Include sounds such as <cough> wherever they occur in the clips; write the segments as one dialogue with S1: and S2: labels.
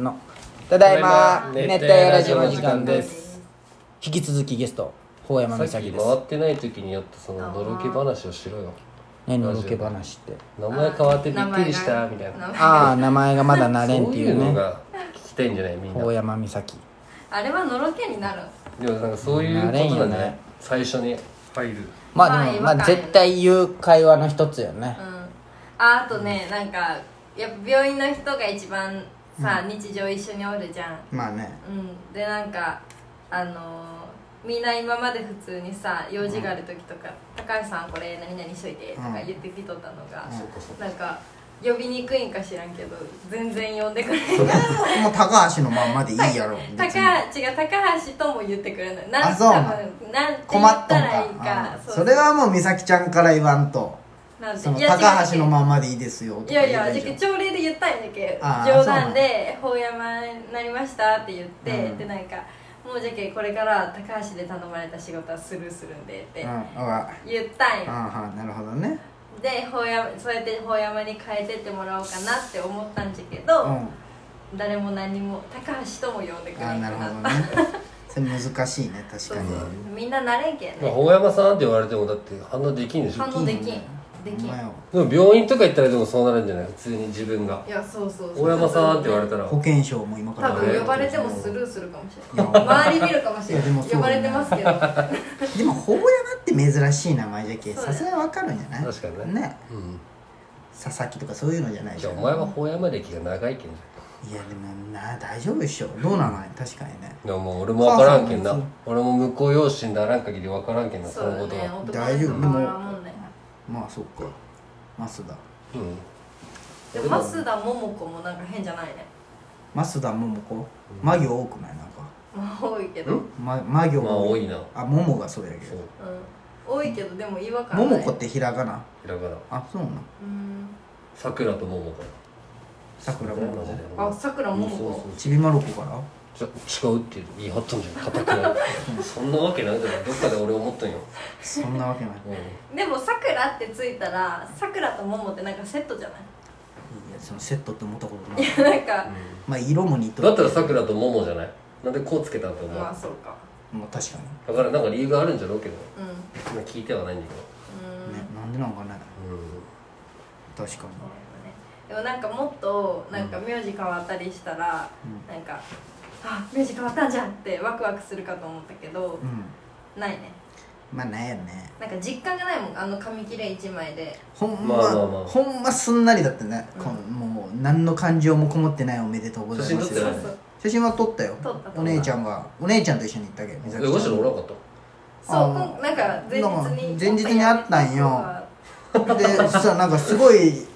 S1: のただいま
S2: ただいま
S1: 熱帯夜ラジオの時
S2: 熱帯夜
S1: 間
S2: ラジオの時間
S1: で
S2: ですす
S1: 引き続きゲスト法山
S2: さ
S1: 美
S2: っ
S1: 咲
S2: き
S1: で
S2: 回
S1: す
S2: ってない時にやったそののろけ話をしろよ
S1: 何をロケ話って
S2: 名前変わってびっくりしたみたいな
S3: な
S1: ああ名前がまだなれんっ
S2: そう
S1: て
S2: い
S1: いうう
S2: の
S1: ね
S2: が聞きたいんじゃないみんな
S1: 法山美咲
S3: あれはのろけになる
S2: でもなんかそういうこと
S1: なれ
S2: だ
S1: んよ
S2: ね
S1: ね
S2: 最初に入る
S1: まあでもまあ
S3: まあ違和感
S1: 絶対言う会話の一つよね
S3: うんああとねなんかやっぱ病院の人が一番さ、日常一緒におるじゃん
S1: まあね
S3: うんでなんかあのーみんな今まで普通にさ用事がある時とか「高橋さんこれ何々しといて」とか言ってきとったのが、なんか呼びにくいんか知らんけど全然呼んでくれない
S4: もう高橋のまんまでいいやろ
S3: 高
S4: 別に
S3: 橋違う高橋とも言ってくれないな
S4: あそう
S3: 多分なんて言
S4: 困っ
S3: っ
S4: と
S3: た
S4: ん
S3: らいい
S4: か
S3: か
S4: あーそれはもう美咲ちゃんから言わんと
S3: なんて
S4: その
S3: いや
S4: 高橋の
S3: 違う
S4: まんまでいいですよとか
S3: い
S4: 言
S3: や
S4: えば
S3: いや
S4: いい
S3: じ
S4: じ
S3: ゃ
S4: ゃ
S3: あ朝
S4: ん
S3: 礼で言ったんやけ
S4: あー
S3: 冗談で「法山になりました」って言って、
S4: うん
S3: でなんか「もうじゃけこれからは高橋で頼まれた仕事はスルーするんで」って
S4: うんわ
S3: 言ったん
S4: あ
S3: や、
S4: あはなるほどね
S3: で法山そうやって法山に変えてってもらおうかなって思ったんじゃけ
S4: う
S3: ど、
S4: んあ
S3: 誰も何も高橋とも呼んでくれ
S4: あ
S3: んく
S4: なるほ
S3: な
S4: ど
S3: っ
S4: ね
S3: た
S4: それ難しいね
S3: <laughs>
S4: 確
S3: そう
S4: か
S3: そう
S4: に
S3: みんな慣れんけん
S2: まあ
S3: ね
S2: 大山さんって言われてもだって反応できんでしょ
S3: 反応できんできん
S4: ほんまよ
S2: でも病院とか行ったらでもそうなるんじゃない普通に自分が
S3: いやそうそうそう
S2: 大山さんって言われたら
S4: 保険証も今
S3: 多
S4: から
S3: 分呼ばれてもスルーするかもしれない
S4: いや
S3: 周り見るかもしれない
S4: いやでもそう
S3: 呼ばれてますけど
S4: でも法山って珍しい名前じゃけ
S3: そうだ
S4: さ
S3: よ
S4: すがにわかるんじゃない
S2: 確かにね
S4: ね
S2: うん
S4: 佐々木とかそういうのじゃない
S2: い
S4: じ
S2: や
S4: ゃん
S2: お前は法山歴が長いけんじ
S4: いやでもな大丈夫でしょどうなの確かにね
S2: ゃんでももう俺も分からんけん
S4: そ
S2: な
S4: うそう
S2: 俺も向こう養子にならん限り分からんけんな
S3: そ
S2: そうの
S3: だ
S2: こと
S3: ね
S2: は
S3: 男
S4: 大丈夫
S3: の人はもうね
S4: まあそっか増田
S2: うん
S3: でも増田桃子もなんか変じゃないね
S4: 増田桃子魔行多くないなんか
S3: まあ多いけど、うん、
S4: ま魔行
S2: まあ多いな
S4: あ桃がそうやけ
S2: そう
S4: ど
S3: 多いけどでも違和感ない
S4: 桃子ってひらがな
S2: ひらがな
S4: あそうなん
S3: うん
S2: さくらと桃子
S4: さくら桃子
S3: あさくら桃子
S2: そうそう
S4: ちびまる子から
S2: じゃ違うって言い張ったんじゃん固くない <laughs> そんなわけないだろどっかで俺思ったんよ、
S4: そんなわけないい
S2: うん、
S3: でもさくらってついたらさくらと桃ってなんかセットじゃない
S4: やそのセットって思ったこ
S3: <laughs>
S4: とない
S3: いやなんか、
S4: まあ色も似とる
S2: だったらさくらと桃じゃないなんでこうつけたんと思う
S3: まあそうか
S4: まあ確か
S2: だからなんか理由があるんじゃろうけど
S3: うん
S2: まあ聞いてはないんだけ
S3: うん
S4: にねなんでなんかね
S2: ど
S4: 確か
S3: そうねでもなんかもっとなんか名字変わったりしたら、
S4: う
S3: なんか「あ名字変わったんじゃん」ってワクワクするかと思ったけど
S4: にうん
S3: ないね
S4: まあなんやね
S3: なんか実感がないもんあの紙切れ一枚で
S4: ほん
S2: ま
S4: ま、
S2: あまあまあ
S4: ほんますんなりだったね、
S3: うん
S4: こんもう何の感情もこもってないおめでとうございま
S2: 写
S4: す
S2: 真撮ってない
S3: そう
S4: 写真は撮ったよ
S3: 撮った撮った
S4: お姉ちゃんがお姉ちゃんと一緒に行ったけど
S2: うんえむしろおらんかった
S3: そう
S4: あー
S3: こんなんか前日に
S4: 前日にあったんよでそしたらなんかすごい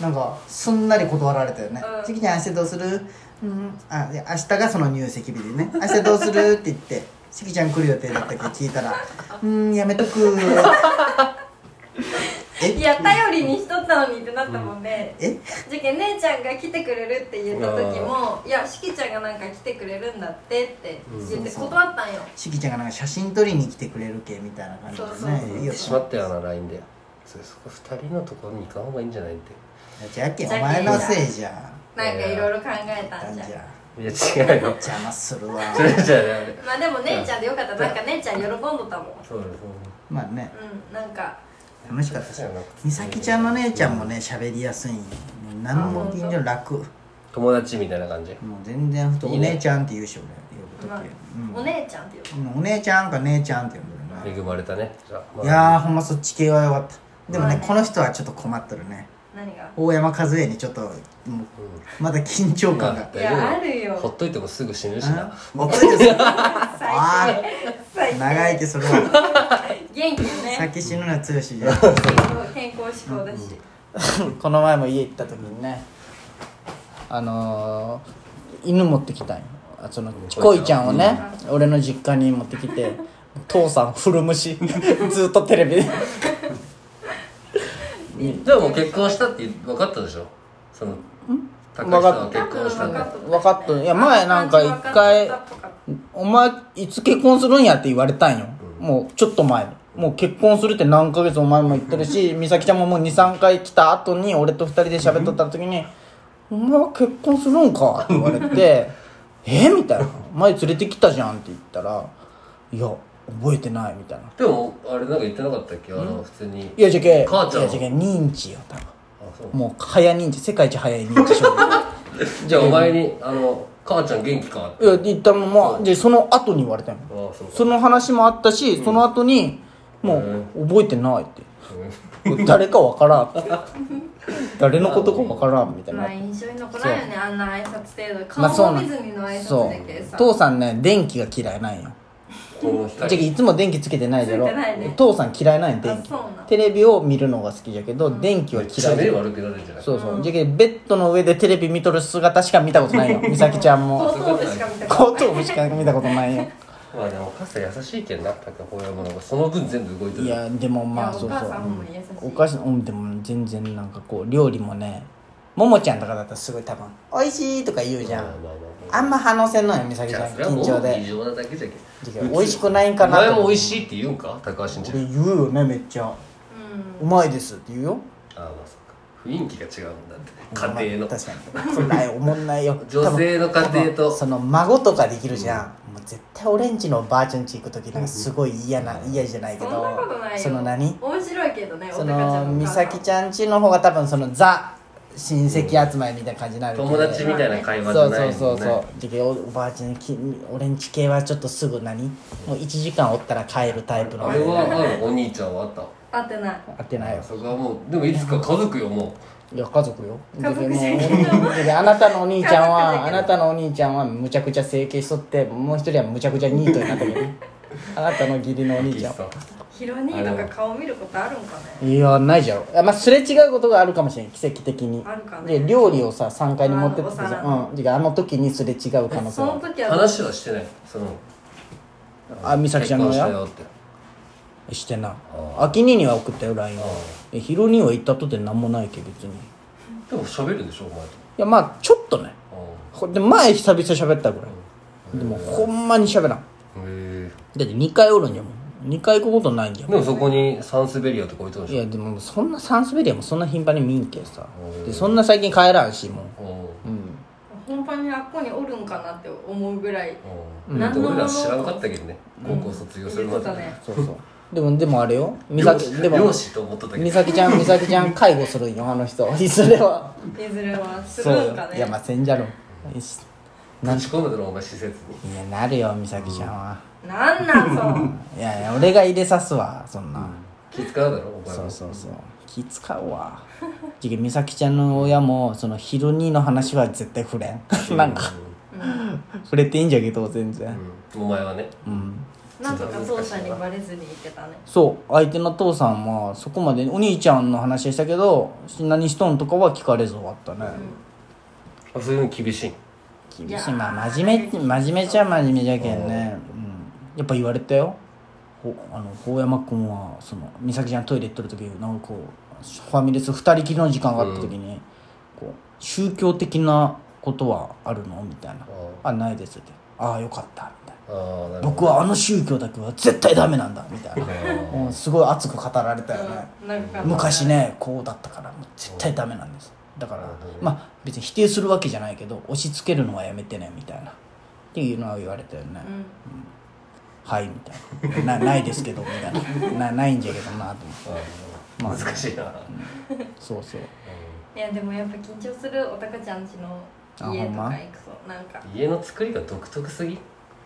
S4: なんかすんなり断られたよね
S3: う
S4: 「
S3: ん
S4: ち、き、ちゃん明日どうするうん」あで明日がその入籍日でね「明日どうする?」って言って「ちきちゃん来る予定だったっけど聞いたら「うんやめとく」え
S3: いや頼りにしとったのにってなったもんで、
S4: え
S3: じゃけん姉ちゃんが来てくれるって言った時も「いやしきちゃんがなんか来てくれるんだって」って言って
S4: うん
S3: 断ったんよ、
S4: ちきちゃんがなんか写真撮りに来てくれるけみたいな感じでね
S3: そうそう
S4: いい
S2: 行っ
S4: よ
S2: てしまったよな LINE でそれそこ二人のところに行かん方がいいんじゃないって
S4: じゃけんお前のせいじゃん
S3: なんかいろいろ考えた
S4: なんん
S3: じ
S4: じ
S3: ゃん
S4: ゃ
S2: いや違うよ
S4: 邪魔するわ
S2: それじゃねあれ
S3: まあでも姉ちゃんでよかったなんか姉ちゃん喜んどったもん
S2: そうです
S4: まあね
S3: うんなんか
S4: 楽しかったし
S2: そう
S4: 美咲ちゃんの姉ちゃんもね喋りやすいんよ何も緊張楽
S2: 友達みたいな感じ
S4: もう全然ふとお姉ちゃんって言うし俺
S3: まあ
S4: 呼ぶ
S3: お
S4: 時
S3: 姉ちゃんっていう
S4: うんお姉ちゃんか姉ちゃんって呼んでるね
S2: 恵まれたねじゃあ、まあ
S4: いやーほんまそっち系はよかったでも
S3: まあ
S4: ね
S3: ね
S4: この人はちょっと困っとるね
S3: 何が
S4: 大山和恵にちょっともうまだ緊張感が
S2: うん
S3: いやあるよ
S2: ほっといてもすぐ死ぬしな
S4: <laughs> もうこれです
S3: 最
S4: あー
S3: 近
S4: 長いけそれ <laughs> は
S3: 元気よね
S4: 先死ぬのは強しじゃん
S3: 健康志向だし
S1: この前も家行った時にねあのー犬持ってきたんよあそのちこいちゃんをね、俺の実家に持ってきて父さん古虫 <laughs> ずっとテレビで
S2: でももう結婚したって分かったでしょその高橋さんは結婚したんだよ
S1: 分かっとるいや前なんか一回「お前いつ結婚するんや」って言われたんよ、もうちょっと前にもう結婚するって何ヶ月お前も言ってるし美咲ちゃんももう23回来た後に俺と2人で喋っとった時に「 「お前は結婚するんか」って言われて「えみたいな「前連れてきたじゃん」って言ったら「いや覚えてない」みたいな
S2: でもあれなんか言ってなかったっけあの普通に
S1: 「いやじゃけ
S2: 母ちゃん
S1: いやじゃけ認知よ多分
S2: あそう
S1: もう早認知世界一早い認知症 <laughs>
S2: じゃあお前に「あの母ちゃん元気か?」って
S1: いや言ったのまあでその後に言われたよ
S2: ああそうか
S1: その話もあったし、その後にもう覚えてないって誰かわからん
S3: <laughs>
S1: って誰のことかわからんみたい
S3: ま
S1: な
S3: あ印象に残らんよねあんな挨拶程度
S1: まあそう
S3: 顔も
S1: な
S3: 見ずにの挨
S1: そ
S3: 拶だけ
S1: う
S3: さ
S1: 父さんね電気が嫌いなんよ
S2: この
S1: じゃけ
S2: 光
S1: いつも電気つけてないだろ
S3: つけてないね
S1: 父さん嫌いなんよ電
S3: あ
S1: 気
S3: そうなん
S1: テレビを見るのが好きじゃけど、電気は
S2: めっちゃ
S1: 嫌
S2: 目
S1: い
S2: 悪くなるんじゃない
S1: そうそう、じゃけベッドの上でテレビ見とる姿しか見たことないよ美咲ちゃん
S3: 後
S1: も
S3: 頭部しか見たこと
S1: 後頭部しか見たことないよ
S2: まあでもお母さん優しいけんな高保山なんかその分全部動いて
S1: い
S2: る
S1: やでもまあ
S3: <laughs> いや
S1: そう
S3: お母
S1: そ
S3: さんほんまに優しいう
S1: お菓子うんでも全然なんかこう料理もねももちゃんとかだったらすごい多分「おいしい」とか言うじゃ
S2: まあ
S1: ん
S2: まあまあ
S1: あんま反応せんのよ美咲
S2: じ
S1: ち
S2: ゃ
S1: ゃ
S2: あ
S1: ん
S2: それは
S1: 緊
S2: もう
S1: 張
S2: 異
S1: で
S2: 常なだけじゃけ
S1: じゃけ美味しくないんかな
S2: お前も美味
S1: い
S2: しいって言うんか高橋んち
S1: 俺言うよねめっちゃ「うまいです」って言うよ
S2: ああまあそっか雰囲気が違うんだって家庭の
S1: 確かにそんなおもんないよ
S2: 女性の家庭
S1: 多
S2: と
S1: 分その孫とかできるじゃん、もう絶対オレンジのばあちゃん家行く時なんかすごい嫌な嫌じゃないけ
S3: そ
S1: ど
S3: んなことないよ
S1: その何
S3: 面白いけどね
S1: そ
S3: おたかちゃ
S1: の
S3: んのお
S1: 美
S3: 母さん
S1: 咲ちゃんちの方が多分そのザ親戚集まりみたいな感じになるけど
S2: 友達みたいな会話じ
S1: そ
S2: ゃ
S1: う
S2: ないもん
S1: そ
S2: ね
S1: うそうそうじゃけおおばあちゃんき俺んち系はちょっとすぐ何もう1時間おったら帰るタイプの
S2: あれはあるお兄ちゃんはあった
S3: 合ってない
S1: 当てないよ
S2: そこはもうでもいつか家族よも
S1: いや家族よ
S3: 家族じゃん
S1: だけどもうだけどあなたのお兄ちゃん
S3: 家族だ
S1: は
S3: け
S1: あ
S3: ど
S1: なたのお兄ちゃんはむちゃくちゃ整形しとってもう一人はむちゃくちゃニートになったけどねあなたの義理のお
S2: う
S1: 兄
S2: い
S1: ちゃん
S2: さ
S3: ヒロ兄とか顔見ることあるんかね
S1: いやないじゃろあまあすれ違うことがあるかもしれん奇跡的に
S3: あるかな
S1: で料理をさ3階に持ってってたじゃ
S3: あ
S1: ん
S3: のお皿
S1: うんてかあの時にすれ違う可能性
S3: その
S1: は
S3: 時は
S2: 話はしてないその
S1: あ美咲ちゃんの
S2: 結婚した
S1: 親
S2: よって
S1: してな
S2: あ
S1: あきにには送ったよ LINE は
S2: あ
S1: えひろには行ったとて何もないけ別にい
S2: でも喋るでしょお前と
S1: やまあちょっとねほんで前久々喋ったぐらいでもほんまに喋らん
S2: へ
S1: だって2回おるんじゃもん2回行くことないんじゃ
S2: え
S1: ん
S2: でもそこにサンスベリアとか置いとる
S1: い
S2: でしょ
S1: やでもそんなサンスベリアもそんな頻繁に見んけさでそんな最近帰らんしも
S2: う
S1: ううん
S3: 本番にあっこにおるんかなって思うぐらい
S2: んうんだって俺ら知らんかったけどね高校卒業するま
S3: 言ってた
S2: で
S3: ね
S1: そうそう <laughs> でもでもあれよ美
S2: 漁
S1: 咲
S2: 師
S1: でも
S2: 漁師と思っとったけ
S1: 美
S2: ど
S1: 咲ちゃん美咲ちゃん介護するんよあの人いずれはい
S3: ずれはす
S1: そう
S3: るん
S1: よ
S3: かね
S1: いやまあせんじゃろいし
S2: 立ち込むだろお前施設に
S1: いやなるよ美咲ちゃんは、
S3: なんなん
S1: いやいや俺が入れさすわそんな、
S2: 気使うだろお前
S1: そう
S2: も
S1: そうそう気使うわじゃ美咲ちゃんの親もそのヒロニーの話は絶対触れんなんか触れていいんじゃけど全然
S2: うんお前はね
S3: そうなんとか当社にバレずにいけたね
S1: そう相手の父さんはそこまでお兄ちゃんの話したけど何しとんとかは聞かれず終わったね、
S2: あそういうの厳しい
S1: 厳しいまあ真面目って真面目ちゃ真面目じゃけんね、うん、やっぱ言われたよほあの大山君はその美咲ちゃんトイレ行っとる時なんかこうファミレス二人きりの時間があった時に、こう宗教的なことはあるのみたいな「あないです」って「ああよかった」みたい
S2: あ
S1: な
S2: あな
S1: 「
S2: るほ
S1: 僕はあの宗教だけは絶対ダメなんだ」みたい <laughs> な、
S2: ど
S1: うん、すごい熱く語られたよね、
S3: なんか
S1: 昔ねこうだったからもう絶対ダメなんですだからまあ別に否定するわけじゃないけど押し付けるのはやめてねみたいなっていうのは言われたよね、
S3: うん
S1: はいみたいななないですけどみたいななないんじゃけどなと思って
S2: あー難しいな
S1: そうそう
S3: いやでもやっぱ緊張するおたかちゃんちの家
S1: あほ
S3: と
S1: んま
S3: か行くとなんか
S2: 家の作りが独特すぎ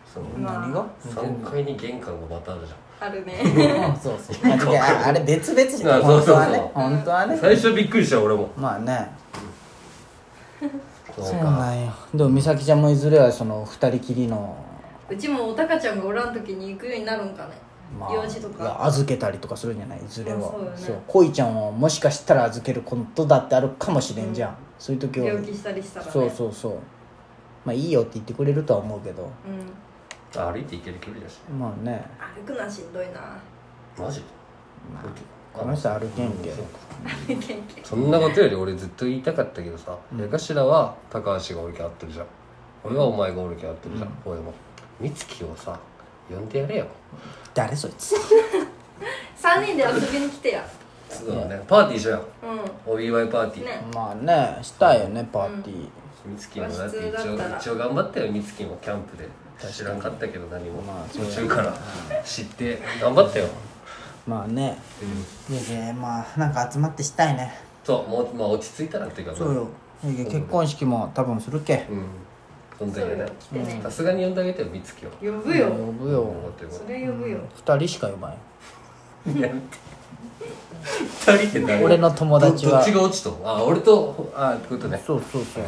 S2: その
S3: ま
S1: 何が
S2: 3階に玄関がまたあるじ
S3: あ
S1: <laughs>
S3: るね
S1: そうそうあいやあれ別々じゃん
S2: あそう
S1: 本当
S2: そうそう
S1: はね本当は
S2: ゃん
S1: ね
S2: 最初びっくりした俺も
S1: まあね
S2: そう
S1: そう
S2: か
S1: なんよでも美咲ちゃんもいずれはその二人きりの
S3: うちもおたかちゃんがおらん時に行くようになるんかね用事と
S1: いや
S3: か
S1: 預けたりとかするんじゃないいずれは
S3: あそうよね
S1: 恋ちゃんをもしかしたら預けることだってあるかもしれんじゃん、そういう時は
S3: 病気したりしたらね
S1: そうそうそうまあいいよって言ってくれるとは思うけど
S3: うん
S2: 歩いて行ける距離だし
S1: まあね
S3: 歩くのはしんどいな
S2: マジ
S1: この人歩けんけ
S2: そうか
S3: 元気
S2: そんなことより俺ずっと言いたかったけどさ矢頭は高橋がおるけん合ってるじゃん俺はお前がおるけん合ってるじゃん俺も美月をさ呼んでやれよ
S1: 誰そいつ
S3: 3人で遊びに来てや
S2: そうだねパーティーしようよ
S3: う
S2: お祝いパーティー、
S3: ね
S1: まあねしたいよねパーティー、
S2: みつきもだって
S3: まあ普
S2: 一
S3: 通だった
S2: 応
S3: ら
S2: 一応頑張ったよみつきもキャンプで知らんかったけど何も
S1: まあそう
S2: 途
S1: だね
S2: 中から知って頑張ったよ
S1: まあね
S4: いやいやまあなんか集まってしたいね
S2: そうもうまあ落ち着いたらっていうか
S1: そうよいや結婚式も多分するけ
S2: うんそん時
S3: そう
S2: ね
S3: よ来てね
S2: さすがに呼んであげてよみつきを
S3: ん呼ぶよ
S1: 呼ぶよ
S2: 思っても
S3: それ呼ぶよ
S1: 2人しか呼ばんよ
S2: やめて二人って誰
S1: 俺の友達は
S2: どどっちが落ちとあ俺とあってことね
S1: そうそうそう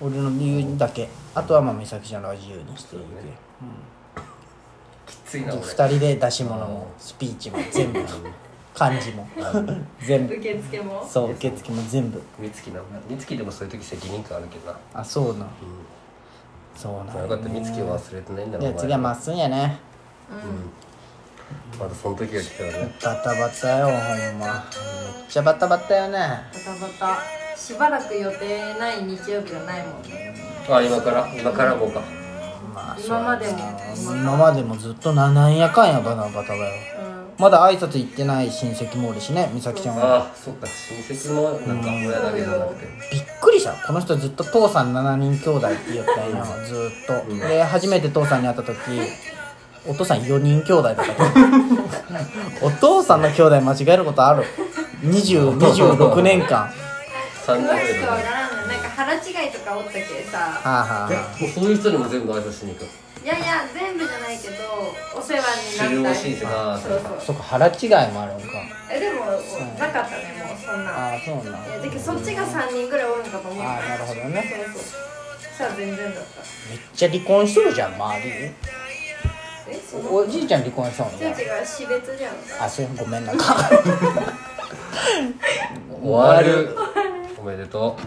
S1: 俺の理由だけあとはまあ美咲ちゃんらは自由にしていいけ
S2: きついな
S1: で
S2: 俺
S1: 2人で出し物もスピーチも全部漢字も全部
S3: 受付も
S1: そう受付も全部
S2: みつきなみつきでもそういう時責任感あるけどな
S1: あそうなそうなん
S2: よ
S1: よ
S2: かったみつきを忘れてないんだ
S1: い
S2: ろ
S1: や次はまっすんやね
S2: まだその時が来たらね
S1: バタバタよほんまめっちゃバタバタよね
S3: バタバタしばらく予定ない日曜日がないもんね
S2: あ今から今からもうか
S1: まあそう
S3: 今までも
S1: 今までもずっとななんやかんやバタバタだよ
S3: うん
S1: まだ挨拶行ってない親戚もおるしね美咲ちゃんは
S2: ああそっか親戚もなんか親だけじゃなくて
S1: びっくりしたこの人ずっと父さん7人兄弟って言ったんやずーっとで初めて父さんに会った時お父さん4人兄弟だった <laughs> とお父さんの兄弟間違えることある20 26年間は
S2: 3人
S3: 詳し
S2: 目
S3: く
S2: だ
S3: わか
S2: ね
S3: らんのなんか腹違いとかおったけ
S1: あ
S3: さ
S1: はあはあ
S2: もうそういう人にも全部挨拶しに行く
S3: いやいや全部じゃないけどお世話
S2: 知
S3: に
S2: る
S3: な
S2: お
S3: った
S2: 親
S3: り
S2: 戚ああ
S3: そうそ
S1: そうっか腹違いもあるんか
S3: えでもなかったねもうそんな
S1: ああそうなん
S3: いやだけどそっちが3人ぐらいおるのかと思った
S1: あーなるほどね
S3: そうそうさあ全然だった
S1: めっちゃ離婚しとるじゃん周り
S3: えその
S1: おじいちゃん離婚しとん
S3: 人
S1: ね
S3: たちが死別じゃんか
S1: あそうごめんなんか
S2: 終わるおめでとう